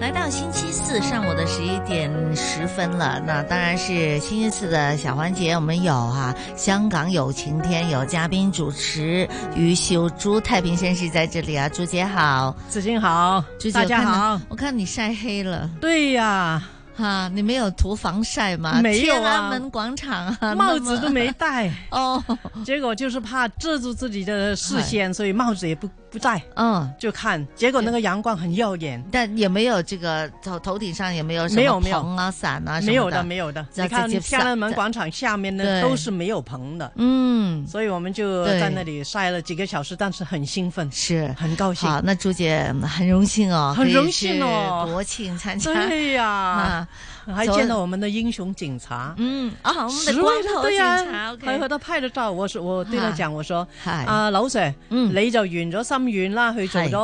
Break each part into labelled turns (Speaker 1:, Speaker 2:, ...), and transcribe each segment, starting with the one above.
Speaker 1: 来到星期四上午的十一点十分了，那当然是星期四的小环节，我们有哈、香港有晴天，有嘉宾主持于秀珠，太平绅士在这里啊，朱姐好，
Speaker 2: 子敬好
Speaker 1: 朱，姐
Speaker 2: 大家，
Speaker 1: 我
Speaker 2: 好
Speaker 1: 看。到我看你晒黑了
Speaker 2: 对呀，
Speaker 1: 哈、你没有涂防晒吗？
Speaker 2: 没有啊
Speaker 1: 天安门广场啊，
Speaker 2: 帽子都没戴，
Speaker 1: 那么 哎哦，
Speaker 2: 结果就是怕遮住自己的视线，所以帽子也不不戴，
Speaker 1: 嗯。
Speaker 2: 就看。结果那个阳光很耀眼，
Speaker 1: 但也没有这个头头顶上也没有什
Speaker 2: 没
Speaker 1: 么
Speaker 2: 有没有
Speaker 1: 棚啊伞啊什么
Speaker 2: 没有的，没有的。
Speaker 1: 这
Speaker 2: 你看
Speaker 1: 直接
Speaker 2: 天安门
Speaker 1: 晒
Speaker 2: 广场下面
Speaker 1: 对
Speaker 2: 呢都是没有棚的，
Speaker 1: 嗯
Speaker 2: 所以我们就
Speaker 1: 对
Speaker 2: 在那里晒了几个小时，但是很兴奋，
Speaker 1: 是
Speaker 2: 很高兴。
Speaker 1: 好，那朱姐很荣幸哦，
Speaker 2: 很荣幸哦
Speaker 1: 可以去国庆参加
Speaker 2: 对呀，
Speaker 1: 啊，
Speaker 2: 还见到我们的英雄警察。
Speaker 1: 嗯啊，我们
Speaker 2: 十
Speaker 1: 的
Speaker 2: 位
Speaker 1: 光
Speaker 2: 的
Speaker 1: 头
Speaker 2: 对
Speaker 1: 警
Speaker 2: 呀、
Speaker 1: 察
Speaker 2: 还和
Speaker 1: ，OK，
Speaker 2: 他拍咗照。我說我對
Speaker 1: 啊
Speaker 2: 他講，我說
Speaker 1: 係
Speaker 2: 啊，柳 Sir，
Speaker 1: 嗯
Speaker 2: 你就完咗心願啦，去做
Speaker 1: 係
Speaker 2: 咗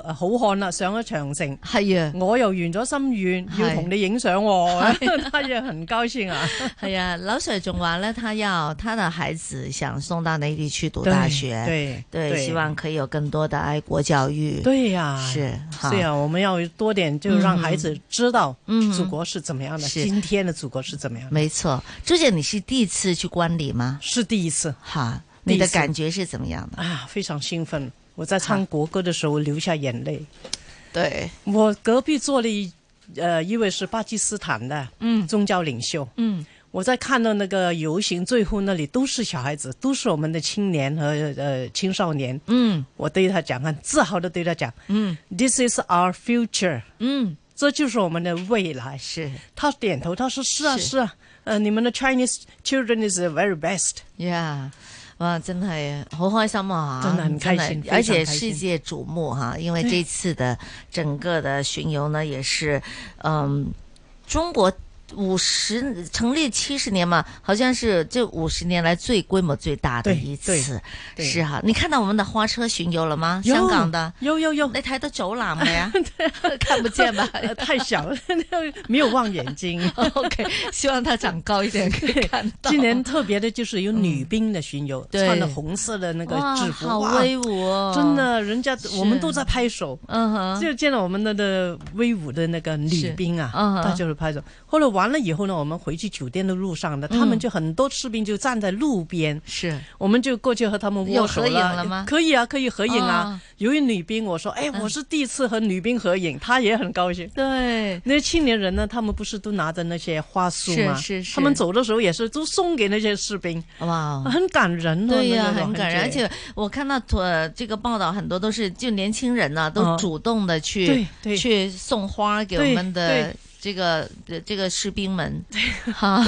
Speaker 2: 呃好漢啦，上咗長城。
Speaker 1: 係啊。
Speaker 2: 我又完咗心願，
Speaker 1: 係
Speaker 2: 要同你影 相喎，他也很高興啊。
Speaker 1: 哎呀，老水仲话呢，他要他的孩子想送到内地去读
Speaker 2: 對
Speaker 1: 大学，
Speaker 2: 對
Speaker 1: 希望可以有更多的爱国教育。
Speaker 2: 對呀、
Speaker 1: 是哈
Speaker 2: 是啊，我们要多點就讓孩子知道
Speaker 1: 嗯
Speaker 2: 祖国是怎麼樣的，
Speaker 1: 是
Speaker 2: 今天的祖國是怎麼樣的。
Speaker 1: 没错。朱姐，你是第一次去观礼吗？
Speaker 2: 是第一次
Speaker 1: 哈，
Speaker 2: 第
Speaker 1: 你
Speaker 2: 一
Speaker 1: 的
Speaker 2: 次
Speaker 1: 感觉是怎么样的？
Speaker 2: 啊，非常興奮。我在唱國歌的時候流下眼淚。
Speaker 1: 对，
Speaker 2: 我隔壁坐了一呃一位是巴基斯坦的
Speaker 1: 嗯
Speaker 2: 宗教领袖，
Speaker 1: 嗯，
Speaker 2: 我在看到那个游行最后那里都是小孩子，都是我们的青年和呃青少年。
Speaker 1: 嗯
Speaker 2: 我对他讲，很自豪的对他讲
Speaker 1: 嗯
Speaker 2: ，This is our future，
Speaker 1: 嗯，
Speaker 2: 这就是我们的未来。
Speaker 1: 是
Speaker 2: 他点头，他说是啊
Speaker 1: 是
Speaker 2: 是啊，呃，你们的 Chinese children is the very best。
Speaker 1: 呀，哇，真係好開心啊！
Speaker 2: 真的很開
Speaker 1: 真的
Speaker 2: 心非常
Speaker 1: 而且
Speaker 2: 開心
Speaker 1: 世界瞩目哈、因為這次的整個的巡游呢，也是嗯，中國五十成立七十年嘛，好像是这五十年来最规模最大的
Speaker 2: 對
Speaker 1: 一次，
Speaker 2: 對對
Speaker 1: 是哈、你看到我們的花車巡游了嗎？
Speaker 2: 有
Speaker 1: 香港的，
Speaker 2: 有有有，
Speaker 1: 你睇到走廊未 啊？ 看不見吧
Speaker 2: 呃 太小了，没有望远镜。
Speaker 1: ？OK，希望它長高一 點 可以看到。
Speaker 2: 今年特别的就是有女兵的巡游，
Speaker 1: 对
Speaker 2: 穿了红色的那个
Speaker 1: 哇，
Speaker 2: 制服，
Speaker 1: 好
Speaker 2: 哇
Speaker 1: 威武哦！
Speaker 2: 真，的，人家我们都在拍手。
Speaker 1: 嗯哼，
Speaker 2: 就见到我们的的威武的那个女兵啊
Speaker 1: 是，嗯
Speaker 2: 她就是拍手。后来完了以后呢，我们回去酒店的路上呢，
Speaker 1: 嗯
Speaker 2: 他们就很多士兵就站在路边，
Speaker 1: 是。
Speaker 2: 我们就过去和他们握手
Speaker 1: 有合影了吗嗯
Speaker 2: 可以啊，可以合影
Speaker 1: 哦
Speaker 2: 啊。有一女兵，我说，哎，我是第一次和女兵合影，她也很高兴。
Speaker 1: 对，
Speaker 2: 那些青年人呢，他们不是都拿着那些花束吗？
Speaker 1: 是是是
Speaker 2: 他们走的时候也是都送给那些士兵，
Speaker 1: 哇。
Speaker 2: 很感人哦。
Speaker 1: 对呀、
Speaker 2: 那个
Speaker 1: 很感人，而
Speaker 2: 感觉
Speaker 1: 且我看到呃这个报道，很多都是就年轻人呢、都
Speaker 2: 嗯
Speaker 1: 主动的去、
Speaker 2: 对对
Speaker 1: 去送花给我们
Speaker 2: 对
Speaker 1: 的
Speaker 2: 对
Speaker 1: 这个呃这个士兵们， 哈，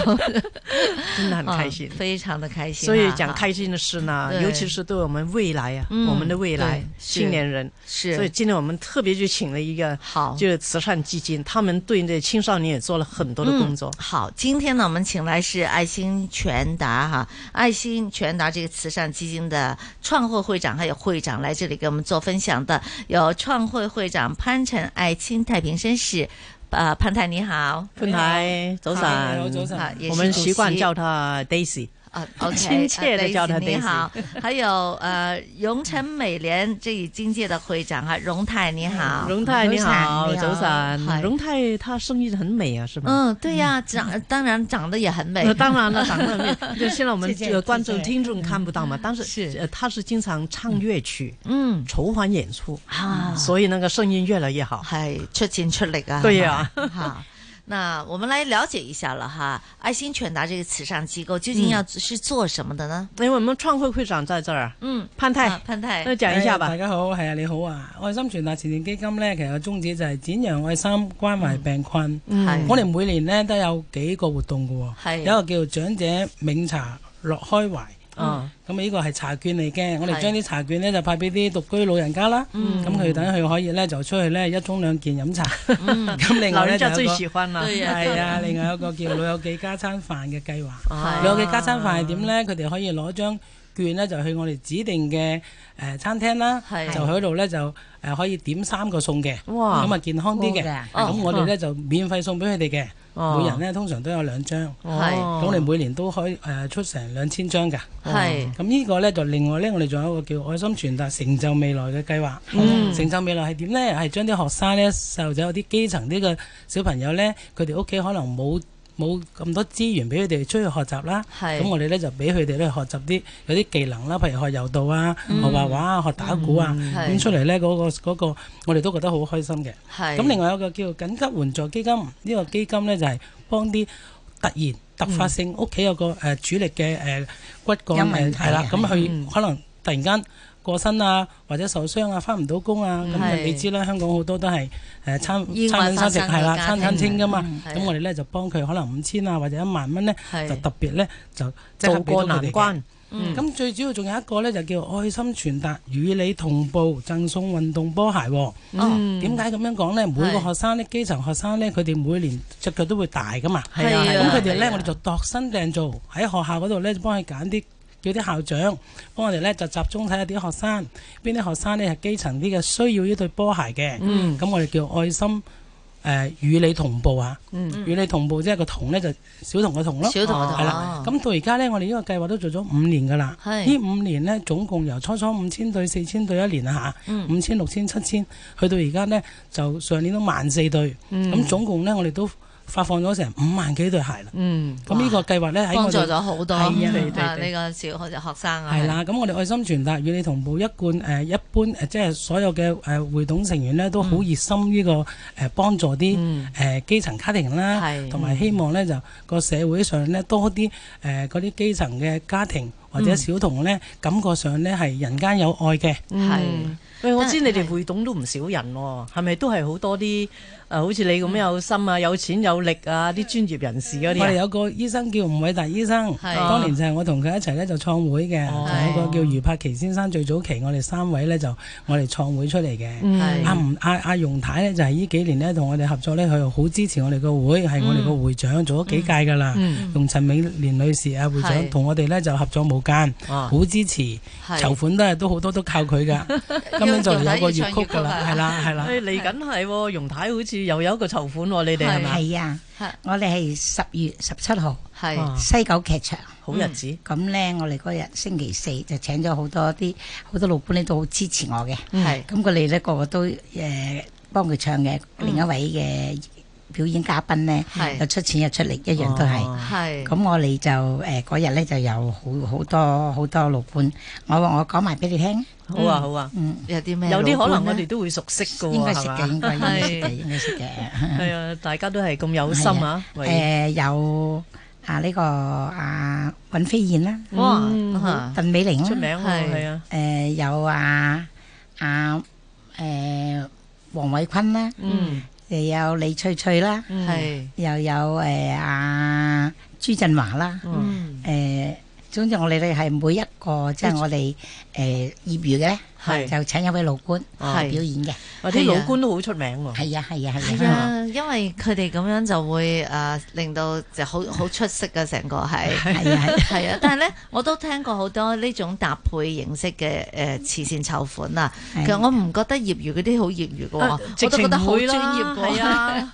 Speaker 2: 真的很开心
Speaker 1: 啊。非常的开心啊、
Speaker 2: 所以讲
Speaker 1: 啊
Speaker 2: 开心的事呢
Speaker 1: 对，
Speaker 2: 尤其是对我们未来啊，
Speaker 1: 嗯
Speaker 2: 我们的未来
Speaker 1: 对是
Speaker 2: 青年人。所以
Speaker 1: 是
Speaker 2: 今天我们特别就请了一个
Speaker 1: 好，
Speaker 2: 就是慈善基金，他们对那青少年也做了很多的工作
Speaker 1: 嗯。好，今天呢，我们请来是爱心全达哈，爱心全达这个慈善基金的创会会长还有会长来这里给我们做分享的，有创会会长潘陈爱青太平绅士，呃，潘太你好，
Speaker 2: 潘台，早
Speaker 3: 嗨
Speaker 2: 晨，
Speaker 3: 早晨
Speaker 1: 啊，也是
Speaker 2: 我们
Speaker 1: 主
Speaker 2: 习惯
Speaker 1: 席
Speaker 2: 叫他 Daisy，
Speaker 1: 啊，OK，
Speaker 2: 亲切地
Speaker 1: 呃，Daisy，
Speaker 2: 叫她
Speaker 1: 你好，还有呃，荣成美联这一经界的会长哈，荣泰你好，
Speaker 2: 荣泰你好，
Speaker 1: 荣
Speaker 2: 早
Speaker 1: 嗨
Speaker 2: 晨，荣泰他生意很美啊，是吗？
Speaker 1: 嗯，对呀，长当然长得也很美
Speaker 2: 那，当然了，长得很美。就现在我们
Speaker 3: 谢谢
Speaker 2: 呃观众
Speaker 3: 谢谢
Speaker 2: 听众看不到嘛，但
Speaker 1: 是
Speaker 2: 是呃他是经常唱粤曲，
Speaker 1: 嗯
Speaker 2: 筹款演出，
Speaker 1: 啊，
Speaker 2: 所以那个声音越来越好。
Speaker 1: 系出钱出力啊！
Speaker 2: 对呀
Speaker 1: 係嘛哈。那我们来了解一下了哈，爱心犬达这个慈善机构究竟要是做什么的呢？
Speaker 2: 因为我们创会会长在这儿，
Speaker 1: 嗯，
Speaker 2: 潘太
Speaker 1: 啊，潘太
Speaker 2: 那，讲一下
Speaker 3: 大
Speaker 2: 吧。
Speaker 3: 家好，係啊，你好啊！愛心傳達慈善基金呢，其實個宗旨就係展揚愛心、關懷病困。
Speaker 1: 嗯
Speaker 3: 我哋每年呢都有幾個活動嘅
Speaker 1: 係
Speaker 3: 喎，有一個叫做長者茗茶樂開懷，
Speaker 2: 啊，
Speaker 3: 咁呢個係茶券嚟嘅，我哋
Speaker 1: 係嗯
Speaker 3: 將啲茶券呢就派俾啲獨居老人家啦。咁佢等佢可以呢就出去呢一盅兩件飲茶。
Speaker 1: 嗯
Speaker 3: 咁另
Speaker 2: 老
Speaker 3: 外呢
Speaker 2: 人
Speaker 3: 就
Speaker 2: 家
Speaker 3: 有
Speaker 2: 最
Speaker 3: 個
Speaker 2: 喜歡啦。
Speaker 1: 對呀
Speaker 3: 係啊，另外有個叫老友記加餐飯嘅計劃。
Speaker 2: 啊
Speaker 3: 老友記加餐飯係點呢？佢哋可以攞張券呢，就去我哋指定嘅誒餐廳啦，
Speaker 1: 係
Speaker 3: 就喺度呢，就誒可以點三個餸嘅，
Speaker 2: 哇
Speaker 3: 咁啊健康啲嘅。
Speaker 4: 好嘅
Speaker 1: 哦
Speaker 3: 咁我哋呢，就免費送俾佢哋
Speaker 2: 哦
Speaker 3: 嘅，每人呢，通常都有兩張。
Speaker 1: 係
Speaker 3: 咁我哋每年都可以誒出成兩千張㗎。
Speaker 1: 係
Speaker 3: 咁呢個呢，就另外呢，我哋仲有一個叫愛心傳達成就未來嘅計劃。
Speaker 1: 嗯
Speaker 3: 成就未來係點呢？係將啲學生呢、細路仔有啲基層啲嘅小朋友呢，佢哋屋企可能冇冇咁多資源俾佢哋出去學習啦。
Speaker 1: 係
Speaker 3: 咁我哋呢，就俾佢哋呢學習啲有啲技能啦，譬如學柔道啊、學畫畫啊、學打鼓啊，咁、
Speaker 1: 嗯係
Speaker 3: 出嚟呢，嗰、個嗰、個我哋都覺得好開心嘅。
Speaker 1: 係
Speaker 3: 咁另外有一個叫緊急援助基金，呢、個基金呢就係、幫啲突然突發性屋企有個誒、呃主力嘅誒、呃骨
Speaker 4: 有
Speaker 3: 幹
Speaker 4: 問
Speaker 3: 誒
Speaker 4: 題
Speaker 3: 係啦
Speaker 1: 嗯
Speaker 4: 啊，
Speaker 3: 咁佢、可能突然間過身啊，或者受傷啊，翻唔到工啊，咁
Speaker 1: 係
Speaker 3: 就你知啦，香港好多都係誒餐
Speaker 1: 意外
Speaker 3: 餐
Speaker 1: 發
Speaker 3: 飲餐食
Speaker 1: 生嘅
Speaker 3: 係啦，
Speaker 1: 家
Speaker 3: 餐餐
Speaker 1: 庭
Speaker 3: 清噶嘛
Speaker 1: 嗯，係
Speaker 3: 咁我哋呢就幫佢可能五千啊或者一萬蚊呢，
Speaker 1: 係
Speaker 3: 就特別呢就即刻
Speaker 2: 渡
Speaker 3: 俾到
Speaker 2: 過
Speaker 3: 佢
Speaker 2: 難
Speaker 3: 哋嘅
Speaker 2: 關，
Speaker 3: 咁、最主要仲有一個呢，就叫愛心傳達與你同步贈送運動波鞋喎。
Speaker 1: 哦
Speaker 3: 點解咁樣講呢？每個學生呢，基層學生呢，佢哋每年隻腳都會大噶嘛。
Speaker 1: 係啊
Speaker 3: 咁佢
Speaker 1: 係
Speaker 3: 哋
Speaker 1: 啊
Speaker 3: 呢，我哋就度身訂造喺學校嗰度呢，幫佢揀啲。叫啲校長幫我哋呢，就集中睇下啲學生，邊啲學生呢係基層啲嘅，需要呢對波鞋嘅。咁、
Speaker 1: 嗯
Speaker 3: 我哋叫愛心誒、呃、與你同步啊，
Speaker 1: 嗯
Speaker 3: 與你同步即係個同呢，就小童嘅同咯。哦
Speaker 1: 小童嘅
Speaker 3: 係啦，
Speaker 1: 同
Speaker 3: 咁到而家呢，我哋呢個計劃都做咗五年噶啦。
Speaker 1: 哦係
Speaker 3: 呢五年呢，總共由初初五千對、四千對一年啊嚇，
Speaker 1: 嗯
Speaker 3: 五千、六千、七千，去到而家呢，就上年都萬四對，咁、
Speaker 1: 嗯
Speaker 3: 總共呢，我哋都發放咗成五萬幾對鞋啦。
Speaker 2: 嗯，
Speaker 3: 咁呢個計劃呢，喺
Speaker 1: 幫
Speaker 3: 我
Speaker 1: 助
Speaker 3: 哋
Speaker 1: 咗好多啊
Speaker 3: 係啊對對
Speaker 1: 呢
Speaker 3: 對
Speaker 1: 個小學學生啊，
Speaker 3: 係啦，咁我哋愛心傳達與你同步一貫誒、呃一般誒、呃即係所有嘅誒、呃、會董成員呢，都好熱心呢、個誒、呃、幫助啲誒、呃基層家庭啦
Speaker 1: 係，
Speaker 3: 同埋希望呢，就個社會上呢，多啲誒嗰啲基層嘅家庭或者小童呢，感覺上呢係人間有愛嘅。
Speaker 1: 嗯係
Speaker 2: 喂，我
Speaker 1: 但係
Speaker 2: 知你哋會董都唔少人喎，係咪都係好多啲誒，呃好似你咁有心啊、有錢有力啊，啲專業人士嗰
Speaker 3: 我哋
Speaker 2: 啲啊
Speaker 3: 有個醫生叫吳偉達醫生，
Speaker 1: 係
Speaker 3: 當年就係我同佢一齊咧就創會嘅，
Speaker 2: 哦
Speaker 3: 同一個叫余柏奇先生，最早期我哋三位咧就我哋創會出嚟
Speaker 2: 嗯
Speaker 3: 嘅。
Speaker 1: 係
Speaker 3: 阿吳阿阿容太咧就係呢幾年咧同我哋合作咧，佢好支持我哋個會，係我哋
Speaker 1: 嗯
Speaker 3: 個會長做咗幾屆噶啦。容陳美蓮女士啊會
Speaker 1: 係
Speaker 3: 長同我哋咧就合作無間，
Speaker 2: 啊
Speaker 3: 好支持，
Speaker 1: 係
Speaker 3: 籌款都係都好多都靠 佢噶。今年就有個粵曲噶啦，
Speaker 1: 要
Speaker 3: 係啦 係
Speaker 2: 誒
Speaker 3: 啦。
Speaker 2: 哎嚟緊係喎，容太好似又有一個籌款喎，你哋係咪？
Speaker 4: 係啊
Speaker 1: 係，
Speaker 4: 我哋係十月十七號
Speaker 1: 係
Speaker 2: 啊
Speaker 4: 西九劇場。
Speaker 2: 好日子，
Speaker 4: 咁呢，我哋嗰日星期四就請咗好多啲好多老倌呢都好支持我嘅。
Speaker 1: 係
Speaker 4: 咁佢哋呢個個都誒、呃、幫佢唱嘅，
Speaker 2: 嗯
Speaker 4: 另一位嘅表演嘉賓呢，
Speaker 1: 係
Speaker 4: 又出錢又出力，一樣都係。
Speaker 2: 哦
Speaker 1: 係
Speaker 4: 嗯咁我哋就誒嗰日咧就有好好多好多老倌，我我講埋俾你聽，嗯
Speaker 2: 好啊好啊，
Speaker 1: 有啲咩
Speaker 2: 有啲可能
Speaker 1: 老
Speaker 2: 我
Speaker 1: 倌
Speaker 2: 哋
Speaker 1: 呢
Speaker 2: 都會熟悉嘅
Speaker 4: 應
Speaker 2: 喎，
Speaker 4: 該識嘅，
Speaker 2: 哦係
Speaker 4: 應
Speaker 2: 嘛？
Speaker 4: 該應該識嘅，
Speaker 1: 係
Speaker 4: 應該識嘅。
Speaker 2: 係啊，大家都係咁有心啊，
Speaker 4: 誒、
Speaker 2: 喂，
Speaker 4: 有啊呢、個啊尹飛燕啦，
Speaker 2: 嗯
Speaker 1: 哇啊
Speaker 4: 鄧美玲
Speaker 2: 出
Speaker 4: 啦，
Speaker 2: 名喎，
Speaker 1: 係
Speaker 2: 係啊，
Speaker 4: 誒、有啊啊誒黃偉坤啦，
Speaker 2: 嗯，
Speaker 4: 又有李翠翠啦，
Speaker 1: 係
Speaker 4: 又有誒啊朱振華啦。
Speaker 1: 嗯
Speaker 4: 誒、總之我哋咧係每一個即係我哋誒、業餘嘅咧，
Speaker 2: 係
Speaker 4: 就請一位老倌
Speaker 1: 係
Speaker 4: 表演嘅。
Speaker 2: 或者老
Speaker 1: 係啊
Speaker 2: 官都好出名喎，
Speaker 4: 係啊，係啊，係
Speaker 1: 係
Speaker 4: 啊。
Speaker 1: 啊，因為佢哋咁樣就會誒令到就好好出色嘅成個係。
Speaker 4: 係啊，係啊
Speaker 1: 係啊，但係咧，我都聽過好多呢種搭配形式嘅誒慈善籌款啊。其
Speaker 4: 係
Speaker 1: 實我唔覺得業餘嗰啲好業餘嘅喎，
Speaker 2: 直
Speaker 1: 我都
Speaker 2: 情
Speaker 1: 覺得
Speaker 2: 唔
Speaker 1: 好
Speaker 2: 會
Speaker 1: 專
Speaker 2: 啦
Speaker 1: 業嘅
Speaker 2: 係
Speaker 1: 喎。
Speaker 2: 啊，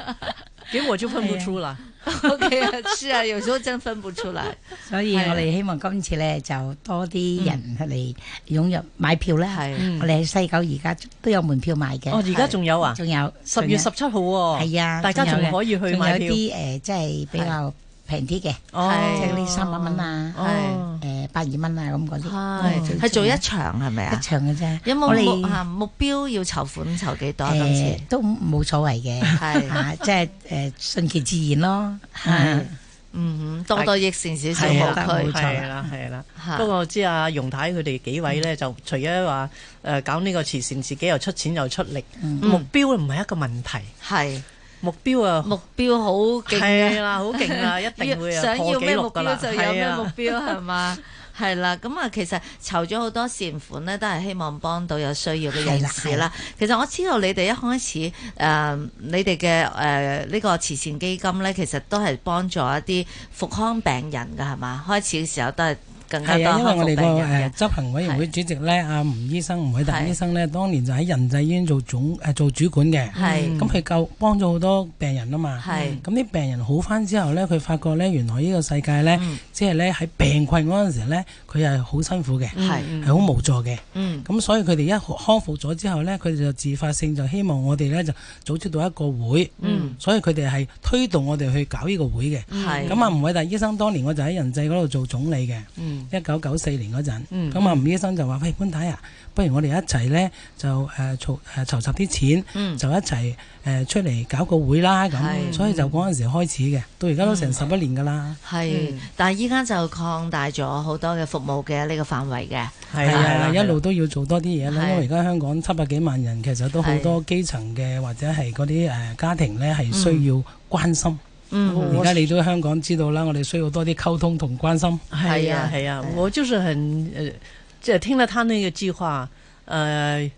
Speaker 2: 給我就分不出啦，
Speaker 1: OK 啊，是啊，有時候真分不出來。
Speaker 4: 所以我哋希望今次咧就多啲人嚟湧入買票啦。
Speaker 1: 係
Speaker 4: 我哋喺西九而家都有門票賣嘅
Speaker 2: 哦，，而家仲有啊，
Speaker 4: 仲有
Speaker 2: 十月十七號喎，
Speaker 4: 係啊，
Speaker 2: 大家仲
Speaker 4: 有嘅
Speaker 2: 可以去
Speaker 4: 仲
Speaker 2: 買
Speaker 4: 有
Speaker 2: 票，
Speaker 4: 啲誒，即係比較平啲嘅，
Speaker 2: 哦
Speaker 4: 即係
Speaker 1: 係
Speaker 4: 呢三百蚊啊，
Speaker 2: 哦
Speaker 4: 誒八二蚊啊咁嗰啲，
Speaker 1: 係係做一場係咪
Speaker 4: 一
Speaker 1: 啊？
Speaker 4: 場嘅啫。
Speaker 1: 有冇
Speaker 4: 我哋
Speaker 1: 目啊目標要籌款籌幾多今
Speaker 4: 誒
Speaker 1: 次？
Speaker 4: 都冇所謂嘅。
Speaker 1: 係
Speaker 4: 啊，即係誒順其自然咯。
Speaker 1: 係嗯哼，多多益善少少
Speaker 4: 係啊
Speaker 1: 無
Speaker 4: 冇
Speaker 1: 區
Speaker 4: 錯
Speaker 2: 係啦，係啦
Speaker 1: 嚇。
Speaker 2: 不過我知阿容太佢哋幾位咧，就除咗話誒搞呢個慈善，自己又出錢又出力，目標唔係一個問題，
Speaker 1: 係
Speaker 2: 目標啊，
Speaker 1: 目標好勁啊
Speaker 2: 係啦，好勁啊，一定會啊
Speaker 1: 想
Speaker 2: 破
Speaker 1: 要
Speaker 2: 紀
Speaker 1: 咩目
Speaker 2: 錄㗎啦，
Speaker 1: 標就有咩目
Speaker 2: 係啊
Speaker 1: 標係嘛？係啦，咁啊，其實籌咗好多善款咧，都係希望幫到有需要嘅人士
Speaker 4: 係啦係
Speaker 1: 啦
Speaker 4: 啦。
Speaker 1: 其實我知道你哋一開始誒、呃你哋嘅誒呢個慈善基金咧，其實都係幫助一啲復康病人㗎，係嘛？開始嘅時候都係更加
Speaker 3: 係啊，
Speaker 1: 多
Speaker 3: 因為
Speaker 1: 康復
Speaker 3: 我哋
Speaker 1: 病
Speaker 3: 個
Speaker 1: 人
Speaker 3: 誒
Speaker 1: 嘅。
Speaker 3: 執行委員會主席咧，阿吳醫生、吳偉達
Speaker 1: 係
Speaker 3: 醫生咧，當年就喺仁濟醫院做總誒做主管嘅，
Speaker 1: 係
Speaker 3: 咁佢救幫咗好多病人啊嘛。
Speaker 1: 嗯係
Speaker 3: 咁啲病人好翻之後咧，佢發覺咧，原來呢個世界咧，
Speaker 1: 嗯
Speaker 3: 即係咧喺病困嗰陣時咧，佢係好辛苦嘅，
Speaker 1: 係
Speaker 3: 係好無助嘅。
Speaker 1: 嗯
Speaker 3: 咁所以佢哋一康復咗之後呢，佢哋就自發性就希望我哋呢就組織到一個會，
Speaker 1: 嗯
Speaker 3: 所以佢哋係推動我哋去搞呢個會嘅。
Speaker 1: 係
Speaker 3: 咁啊，吳偉達醫生當年我就喺仁濟嗰度做總理嘅，
Speaker 2: 嗯
Speaker 3: 一九九四年嗰陣。
Speaker 2: 嗯
Speaker 3: 咁啊，吳醫生就話：喂，潘太啊，不如我哋一齊呢就誒籌誒籌集啲錢，
Speaker 1: 嗯
Speaker 3: 就一齊誒出嚟搞個會啦。
Speaker 1: 係
Speaker 3: 咁，所以就嗰陣時開始嘅，到而家都成十一年㗎啦。
Speaker 1: 係，但係依家就擴大咗好多嘅服務嘅呢個範圍嘅，
Speaker 3: 係啊，一路
Speaker 2: 係
Speaker 3: 都要做多啲嘢啦，
Speaker 1: 係
Speaker 3: 因為而家香港七百幾萬人，其實都好多基層嘅或者係嗰啲誒家庭咧係需要關心。
Speaker 1: 嗯，
Speaker 3: 而家你都香港知道啦，我哋需要多啲溝通同關心。
Speaker 2: 係啊
Speaker 1: 係
Speaker 2: 係啊
Speaker 1: 係，
Speaker 2: 我就是很呃，即係聽了他那個計劃，呃，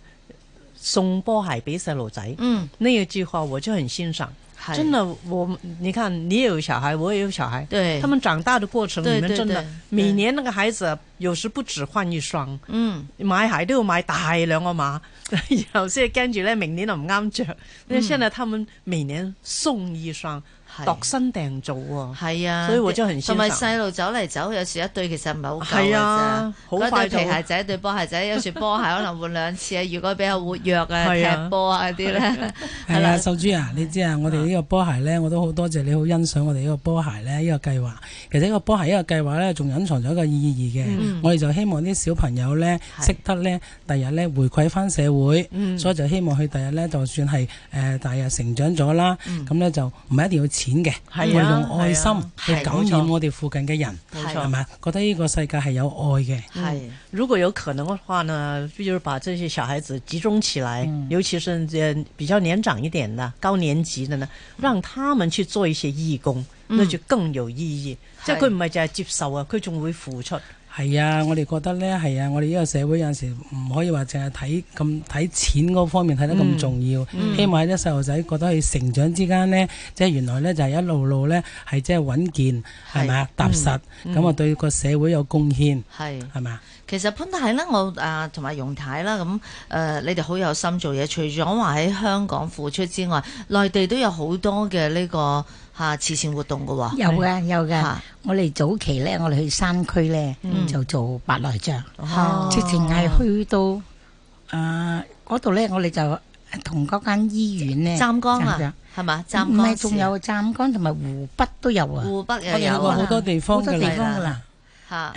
Speaker 2: 送波鞋俾細路仔，
Speaker 1: 嗯，
Speaker 2: 那個計劃我就很欣賞。
Speaker 1: 係
Speaker 2: 真的，我你看，你也有小孩，我也有小孩，
Speaker 1: 對
Speaker 2: 他們長大的過程
Speaker 1: 對
Speaker 2: 裡面，
Speaker 1: 對
Speaker 2: 真的
Speaker 1: 對
Speaker 2: 每年那個孩子有時不止換一雙，
Speaker 1: 嗯
Speaker 2: 買鞋都要買大兩個碼， 然後先係跟住咧明年就唔啱着。
Speaker 1: 嗯
Speaker 2: 你現在他們每年送一雙，
Speaker 1: 係
Speaker 2: 度身訂造喎。
Speaker 1: 係啊，
Speaker 2: 所以我真係很欣
Speaker 1: 同
Speaker 2: 賞
Speaker 1: 埋細路走嚟走去，有時一對其實唔係好夠
Speaker 2: 係
Speaker 1: 嘅
Speaker 2: 啊
Speaker 1: 啫。
Speaker 2: 好快
Speaker 1: 嗰
Speaker 2: 就
Speaker 1: 對皮鞋仔對波鞋仔，有時波鞋可能換兩次啊。如果比較活躍
Speaker 2: 係
Speaker 1: 啊，
Speaker 2: 啊
Speaker 1: 踢波啊嗰啲咧，係
Speaker 3: 係啊，
Speaker 1: 啦，
Speaker 3: 秀珠啊，你知啊，我哋呢個波鞋呢，我都好多謝你好欣賞我哋呢個波鞋呢，呢個計劃。其實呢個波鞋呢個計劃呢，仲隱藏咗一個意義嘅。我哋就希望啲小朋友呢，
Speaker 1: 係
Speaker 3: 識得呢，第日呢回饋翻社會，
Speaker 2: 嗯
Speaker 3: 所以就希望佢第日呢，就算係誒第日成長咗啦，咁呢就唔係一定要錢
Speaker 2: 係
Speaker 3: 嘅，
Speaker 2: 啊
Speaker 3: 我哋用愛心去
Speaker 1: 係啊
Speaker 3: 感
Speaker 2: 係冇錯
Speaker 3: 染我哋附近嘅人，
Speaker 1: 冇錯
Speaker 3: 係咪？覺得呢個世界係有愛嘅。
Speaker 1: 係
Speaker 2: 如果有可能的話呢，就是把這些小孩子集中起來，
Speaker 1: 嗯
Speaker 2: 尤其是呃比較年長一點的、高年級的呢，讓他們去做一些義工，那就更有意義。即
Speaker 1: 嗯
Speaker 2: 係
Speaker 1: 係
Speaker 2: 佢唔係淨係接受啊，佢仲會付出。
Speaker 3: 係啊，我哋覺得呢係啊，我哋呢個社會有陣時唔可以話淨係睇咁睇錢嗰方面睇得
Speaker 4: 嗯
Speaker 3: 咁重要，希望喺啲細路仔覺得佢成長之間呢，即係原來呢就係一路路呢係即係穩健係
Speaker 4: 嗯
Speaker 3: 咪啊踏實，咁啊對個社會有貢獻
Speaker 1: 係。
Speaker 3: 係咪啊？
Speaker 1: 其實潘太咧，我啊同埋容太啦，咁誒、呃你哋好有心做嘢。除咗話喺香港付出之外，內地都有好多嘅呢、個嚇、啊慈善活動嘅喎。
Speaker 4: 有嘅有嘅
Speaker 1: 嚇，
Speaker 4: 我哋早期咧，我哋去山區咧就做白內障，
Speaker 1: 哦
Speaker 4: 直情係去到啊嗰度咧，我哋就同嗰間醫院咧
Speaker 1: 湛江啊，係嘛？湛
Speaker 4: 唔
Speaker 1: 江
Speaker 4: 係嗯仲有啊湛江同埋湖北都有啊，
Speaker 1: 湖北又
Speaker 3: 我哋
Speaker 1: 有
Speaker 3: 有好
Speaker 1: 啊，
Speaker 3: 多地
Speaker 4: 好
Speaker 3: 方
Speaker 4: 多
Speaker 3: 㗎
Speaker 4: 地
Speaker 3: 啦，
Speaker 4: 方噶啦，
Speaker 1: 嚇。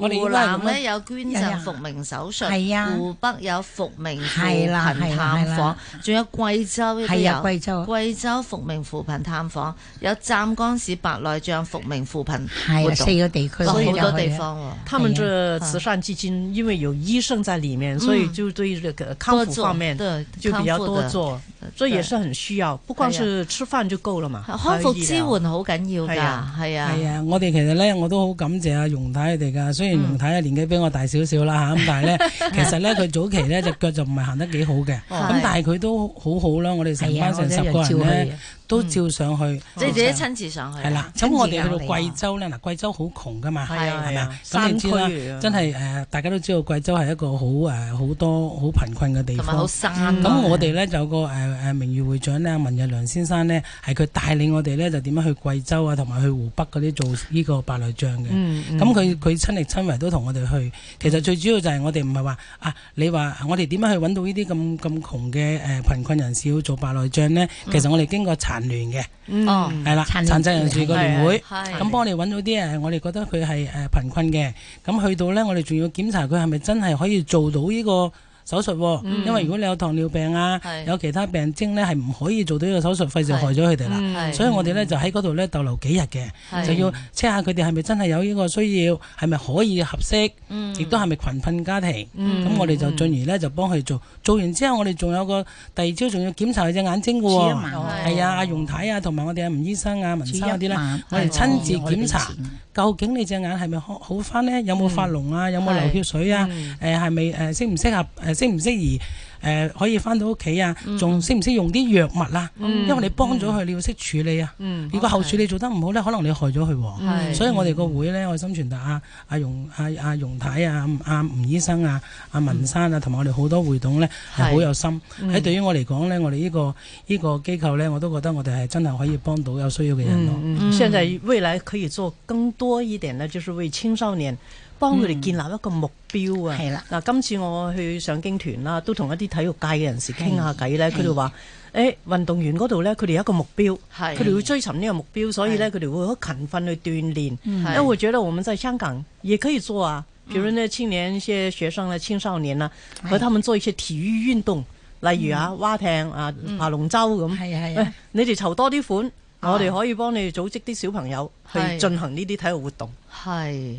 Speaker 4: 誒
Speaker 3: 我哋
Speaker 1: 湖
Speaker 3: 而家係
Speaker 1: 南
Speaker 3: 咁
Speaker 1: 咧
Speaker 3: 樣
Speaker 1: 有捐贈復明手術，
Speaker 4: 係啊
Speaker 1: 湖北有復明扶
Speaker 4: 係
Speaker 1: 貧
Speaker 4: 啦係啦
Speaker 1: 探
Speaker 4: 係
Speaker 1: 訪
Speaker 4: 啦，
Speaker 1: 仲有貴州都
Speaker 4: 係
Speaker 1: 有
Speaker 4: 啊，貴州
Speaker 1: 貴州復明扶貧探訪，有湛江市白內障復明扶貧
Speaker 4: 係
Speaker 1: 活
Speaker 4: 啊四
Speaker 1: 動，
Speaker 4: 個地區，
Speaker 1: 哇
Speaker 4: 所以
Speaker 1: 好
Speaker 4: 就
Speaker 1: 多
Speaker 4: 去
Speaker 1: 地
Speaker 4: 啊。
Speaker 1: 方喎。
Speaker 2: 他們這慈善基金因為有醫生在裡面，所以就對這個
Speaker 1: 嗯
Speaker 2: 康
Speaker 1: 多
Speaker 2: 復
Speaker 1: 做
Speaker 2: 方面
Speaker 1: 對
Speaker 2: 就比較
Speaker 1: 康復
Speaker 2: 多
Speaker 1: 的啊
Speaker 2: 做，所以也是很需要。不光是吃飯就夠了嘛，
Speaker 1: 康復支援
Speaker 2: 還有醫療
Speaker 1: 好緊要㗎，
Speaker 2: 啊係啊
Speaker 1: 係
Speaker 3: 係
Speaker 1: 啊，
Speaker 3: 啊，我哋其實咧，我都好感謝阿容太佢哋㗎。雖然容太啊年紀比我大少少啦嚇，咁但係咧，其實咧佢早期咧隻腳就唔係行得幾好嘅，咁但係佢都好好啦。我哋成
Speaker 4: 係啊
Speaker 3: 班，
Speaker 4: 我
Speaker 3: 成
Speaker 4: 哋
Speaker 3: 十個
Speaker 4: 照
Speaker 3: 人
Speaker 4: 去
Speaker 3: 咧
Speaker 4: 啊，
Speaker 3: 都照上去，
Speaker 1: 即係自己親自上去。啊
Speaker 3: 係啦。咁我哋去到貴州咧，嗱貴州好窮㗎嘛，
Speaker 2: 係
Speaker 1: 係
Speaker 2: 啊
Speaker 3: 係
Speaker 2: 係
Speaker 3: 咪
Speaker 2: 啊
Speaker 3: 啊？，咁
Speaker 2: 山
Speaker 3: 你
Speaker 2: 區
Speaker 3: 知
Speaker 2: 嚟
Speaker 3: 啦
Speaker 2: 㗎，
Speaker 3: 真係誒，大家都知道貴州係一個好誒好多好貧困嘅地
Speaker 1: 同埋好啊
Speaker 3: 方。
Speaker 1: 山
Speaker 3: 咁
Speaker 1: 咯。
Speaker 3: 我哋咧就有個誒誒名譽會長咧，文日良先生咧，係佢帶領我哋咧就點樣去貴州啊，同埋去湖北嗰啲做呢個白內障嘅。
Speaker 2: 嗯嗯
Speaker 3: 咁佢佢親力親為都同我哋去。其實最主要就係我哋唔係話啊，你話我哋點樣去揾到呢啲咁咁窮嘅誒貧困人士要做白內障咧？其實我哋經過殘聯嘅，
Speaker 1: 哦，
Speaker 3: 係啦，
Speaker 4: 殘聯
Speaker 3: 殘疾人士個聯會。
Speaker 1: 係
Speaker 3: 咁幫我哋揾到啲誒，我哋覺得佢係誒貧困嘅，咁去到呢，我哋仲要檢查佢係咪真係可以做到呢個手術喎，因為如果你有糖尿病啊
Speaker 1: 嗯係，
Speaker 3: 有其他病徵咧，係唔可以做到呢個手術，費事害咗佢哋啦。
Speaker 1: 嗯係
Speaker 3: 嗯所以我哋咧就喺嗰度咧逗留幾日嘅，
Speaker 1: 係
Speaker 3: 就要 check 下佢哋係咪真係有呢個需要，係咪可以合適，
Speaker 1: 嗯
Speaker 3: 亦都係咪群訓家庭。咁我哋就進而咧就幫佢做，做完之後我哋仲有個第二朝仲要檢查佢隻眼睛嘅
Speaker 4: 住一
Speaker 3: 喎。
Speaker 4: 晚，
Speaker 3: 係啊，阿容太啊，同埋我哋阿吳醫生啊、文
Speaker 4: 住
Speaker 3: 生嗰啲
Speaker 4: 一
Speaker 3: 咧，
Speaker 4: 晚，
Speaker 3: 我哋親自
Speaker 4: 係我哋俾
Speaker 3: 檢查
Speaker 4: 錢
Speaker 3: 究竟你隻眼係咪好好翻呢？有冇發膿啊？有冇流血水啊？誒係咪誒適唔適合誒適唔適宜誒可以翻到屋企啊？仲適唔適用啲藥物啊？因為你幫咗佢，你要識處理啊。如果後處理做得唔好呢，可能你害咗佢喎。
Speaker 1: 係
Speaker 3: 所以我哋個會咧，愛心傳達啊，阿容阿阿容太啊，阿阿吳醫生啊，阿文山啊，同埋我哋好多會董咧係
Speaker 1: 係
Speaker 3: 好有心。喺對於我嚟講咧，我哋呢個呢個機構咧，我都覺得我哋係真係可以幫到有需要嘅人咯。
Speaker 2: 嗯，現在未來可以做更多一點呢，就是為青少年幫佢哋建立一個目標啊。
Speaker 4: 係啦
Speaker 2: 嗱，今次我去上京團啦，都同一啲體育界嘅人士傾下偈咧，佢哋話：誒運動員嗰度咧，佢哋有一個目標，
Speaker 1: 係
Speaker 2: 佢哋會追尋呢個目標，所以咧佢哋會好勤奮去鍛鍊。因為我覺得我們在香港也可以做啊，比如呢青年一些學生呢、青少年啊，和他們做一些體育運動，例如啊蛙艇啊、爬龍舟咁。
Speaker 4: 係啊係
Speaker 2: 喂
Speaker 4: 啊，
Speaker 2: 你哋籌多啲款，
Speaker 1: 啊
Speaker 2: 我哋可以幫你組織啲小朋友去
Speaker 1: 係
Speaker 2: 進行呢啲體育活動。
Speaker 1: 係。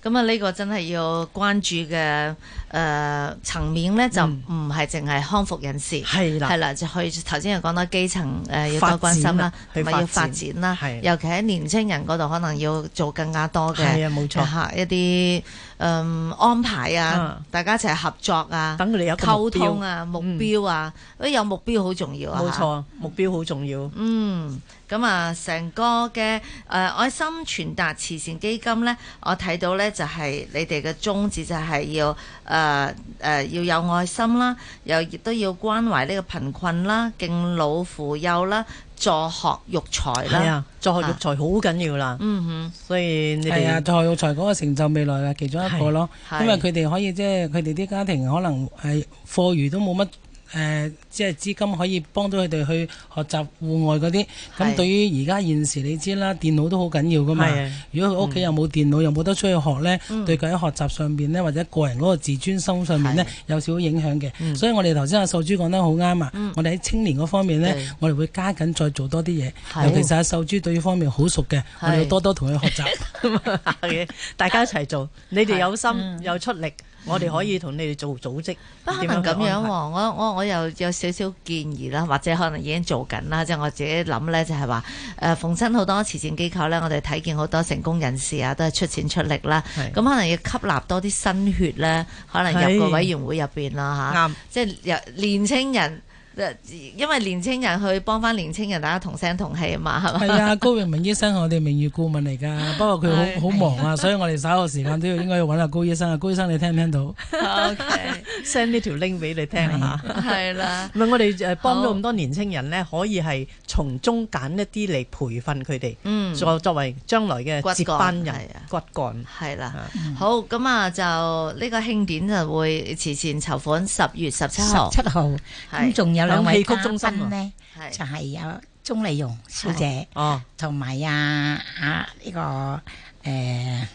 Speaker 1: 咁啊，呢個真係要關注嘅誒層面咧，就唔
Speaker 2: 嗯
Speaker 1: 係淨係康復人士，
Speaker 2: 係啦
Speaker 1: 係啦，就去頭先又講到基層誒、呃要多關心啦，
Speaker 2: 發展啊去
Speaker 1: 同埋要
Speaker 2: 發
Speaker 1: 發
Speaker 2: 展
Speaker 1: 展啦，
Speaker 2: 係
Speaker 1: 尤其喺年青人嗰度，可能要做更加多嘅呃
Speaker 2: 係啊冇錯
Speaker 1: 嚇一啲嗯安排啊
Speaker 2: 嗯，
Speaker 1: 大家一齊合作啊，
Speaker 2: 等佢哋有個目
Speaker 1: 溝
Speaker 2: 標嗯
Speaker 1: 通啊，目標啊，誒有目標好重要啊，
Speaker 2: 冇
Speaker 1: 嚇
Speaker 2: 錯，目標好重要。
Speaker 1: 嗯，咁啊，成個嘅誒、呃、愛心傳達慈善基金咧，我睇到咧就係、你哋嘅宗旨就係要誒誒、呃呃要有愛心啦，又亦都要關懷呢個貧困啦、敬老扶幼啦、助學育才
Speaker 2: 係
Speaker 1: 啦。
Speaker 2: 啊，助學育才好緊要啦。
Speaker 1: 嗯
Speaker 2: 所以你
Speaker 3: 係啊，
Speaker 2: 哋
Speaker 3: 助育才嗰個成就未來嘅其中一個咯，
Speaker 1: 係
Speaker 3: 因為佢哋可以即係佢哋啲家庭可能係課餘都冇乜。誒、即係資金可以幫到佢哋去學習戶外嗰啲。
Speaker 1: 係
Speaker 3: 咁對於而家現時你知啦，電腦都好緊要噶嘛
Speaker 2: 係啊。
Speaker 3: 如果佢屋企又冇電腦，又冇得出去學呢，
Speaker 1: 嗯
Speaker 3: 對佢喺學習上邊呢，或者個人嗰個自尊心上面呢，有少少影響嘅。
Speaker 1: 嗯
Speaker 3: 所以我哋頭先阿秀珠講得好啱啊！我哋喺青年嗰方面呢
Speaker 1: 對，
Speaker 3: 我哋會加緊再做多啲嘢。
Speaker 1: 係
Speaker 3: 尤其是阿秀珠對呢方面好熟嘅，我哋要多多同佢學習。
Speaker 2: 嘅， 大家一齊做，你哋有心有出力，我哋可以同你哋做組織。
Speaker 1: 嗯不可
Speaker 2: 點
Speaker 1: 能
Speaker 2: 去
Speaker 1: 咁樣
Speaker 2: 安
Speaker 1: 喎、
Speaker 2: 排
Speaker 1: 我我我又有少少建議啦，或者可能已經做緊啦，即係我自己諗咧，就係話誒逢親好多慈善機構咧，我哋睇見好多成功人士啊，都係出錢出力啦。
Speaker 2: 係
Speaker 1: 咁可能要吸納多啲新血咧，可能入個委員會入邊啦嚇，
Speaker 2: 啱
Speaker 1: 即係有年青人。呃因為年青人去幫翻年青人，大家同聲同氣啊嘛，係嘛？
Speaker 3: 係啊，高永明醫生係我哋名譽顧問嚟㗎， 不過佢好好忙啊，所以我哋稍後時間都要應該要揾下高醫生啊。高醫生你聽唔聽到？
Speaker 1: OK，
Speaker 2: send 呢條 link 俾你聽下。
Speaker 1: 係 啦，
Speaker 2: 唔係我哋誒幫
Speaker 1: 好
Speaker 2: 咗咁多年青人咧，可以係從中揀一啲嚟培訓佢哋，
Speaker 1: 嗯。
Speaker 2: 作作為將來
Speaker 1: 骨
Speaker 2: 嘅
Speaker 1: 幹
Speaker 2: 接班人
Speaker 1: 係啊
Speaker 2: 骨幹。
Speaker 1: 係啦，
Speaker 2: 嗯
Speaker 1: 好咁啊，就呢個慶典就會慈善籌款，十月十七號，
Speaker 4: 十七號，
Speaker 1: 係
Speaker 4: 咁仲有兩位
Speaker 2: 響戲
Speaker 4: 嘉
Speaker 2: 曲中心
Speaker 4: 賓
Speaker 2: 啊
Speaker 4: 咧，
Speaker 1: 係
Speaker 4: 就係有鐘麗蓉小姐。
Speaker 2: 哦，
Speaker 4: 同埋啊啊呢、個誒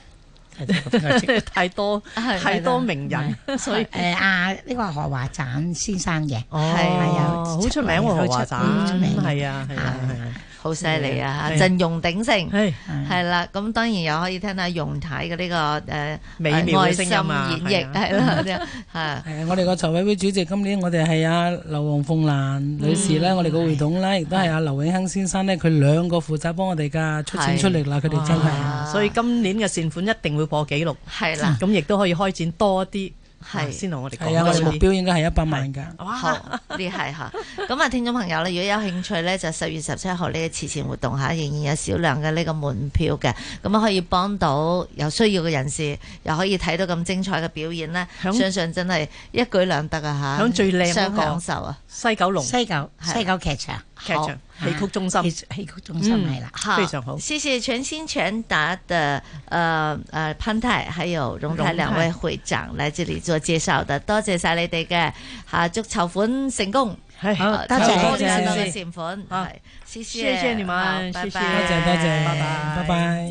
Speaker 4: 誒
Speaker 2: 太多
Speaker 1: 係
Speaker 2: 太多名人，所以
Speaker 4: 誒啊呢個何華盞先生嘅，
Speaker 2: 哦，
Speaker 1: 係
Speaker 4: 啊
Speaker 2: 好出名喎，何華
Speaker 4: 好出名
Speaker 2: 盞，係啊，係啊，係啊，
Speaker 1: 好犀利啊！
Speaker 2: 係啊
Speaker 1: 陣容鼎盛，
Speaker 2: 係
Speaker 1: 係啦，咁當然又可以聽下容太嘅呢個誒
Speaker 2: 美妙嘅
Speaker 1: 愛
Speaker 2: 聲
Speaker 1: 心
Speaker 2: 音啊
Speaker 1: 演繹，係 啦，咁樣係
Speaker 3: 係啊我哋個籌委會主席今年我哋係阿劉王鳳蘭女士
Speaker 2: 嗯
Speaker 3: 咧，我哋個會董啦，亦都係阿啊劉永亨先生咧，佢兩個負責幫我哋㗎，出錢出力啦，佢哋真係。
Speaker 1: 啊
Speaker 2: 所以今年嘅善款一定會破紀錄，
Speaker 1: 係 啦，
Speaker 2: 咁亦都可以開展多啲，
Speaker 1: 係
Speaker 2: 啊先同我哋
Speaker 3: 係啊，我哋目
Speaker 2: 講多啲。
Speaker 3: 標應該係一百萬㗎。
Speaker 1: 好呢係嚇。咁啊，聽眾朋友咧，如果有興趣咧，就十月十七號呢個慈善活動嚇，仍然有少量嘅呢個門票嘅，咁啊可以幫到有需要嘅人士，又可以睇到咁精彩嘅表演咧，
Speaker 2: 響
Speaker 1: 相信真係一舉兩得啊嚇！
Speaker 2: 響最靚嗰個
Speaker 1: 雙享受啊！
Speaker 2: 西九龍
Speaker 4: 西九
Speaker 1: 係
Speaker 4: 西九劇場
Speaker 2: 劇場戲曲中
Speaker 4: 戲
Speaker 2: 心，
Speaker 4: 戲曲中心係啦。
Speaker 1: 好，
Speaker 2: 非常好
Speaker 1: 谢谢全心全达的呃呃潘太还有容太
Speaker 2: 容太
Speaker 1: 两位会长来这里做介绍的，多谢晒你哋嘅吓，祝籌款成功，
Speaker 2: 係
Speaker 4: 好
Speaker 1: 呃
Speaker 4: 多
Speaker 1: 籌
Speaker 4: 謝
Speaker 1: 多
Speaker 4: 多謝
Speaker 1: 啲
Speaker 4: 謝
Speaker 1: 多嘅善款，
Speaker 2: 啊
Speaker 1: 係，谢
Speaker 2: 謝謝你們
Speaker 1: 好拜
Speaker 2: 謝謝
Speaker 1: 拜
Speaker 3: 多謝多
Speaker 2: 拜
Speaker 3: 謝，
Speaker 2: 拜
Speaker 3: 拜拜。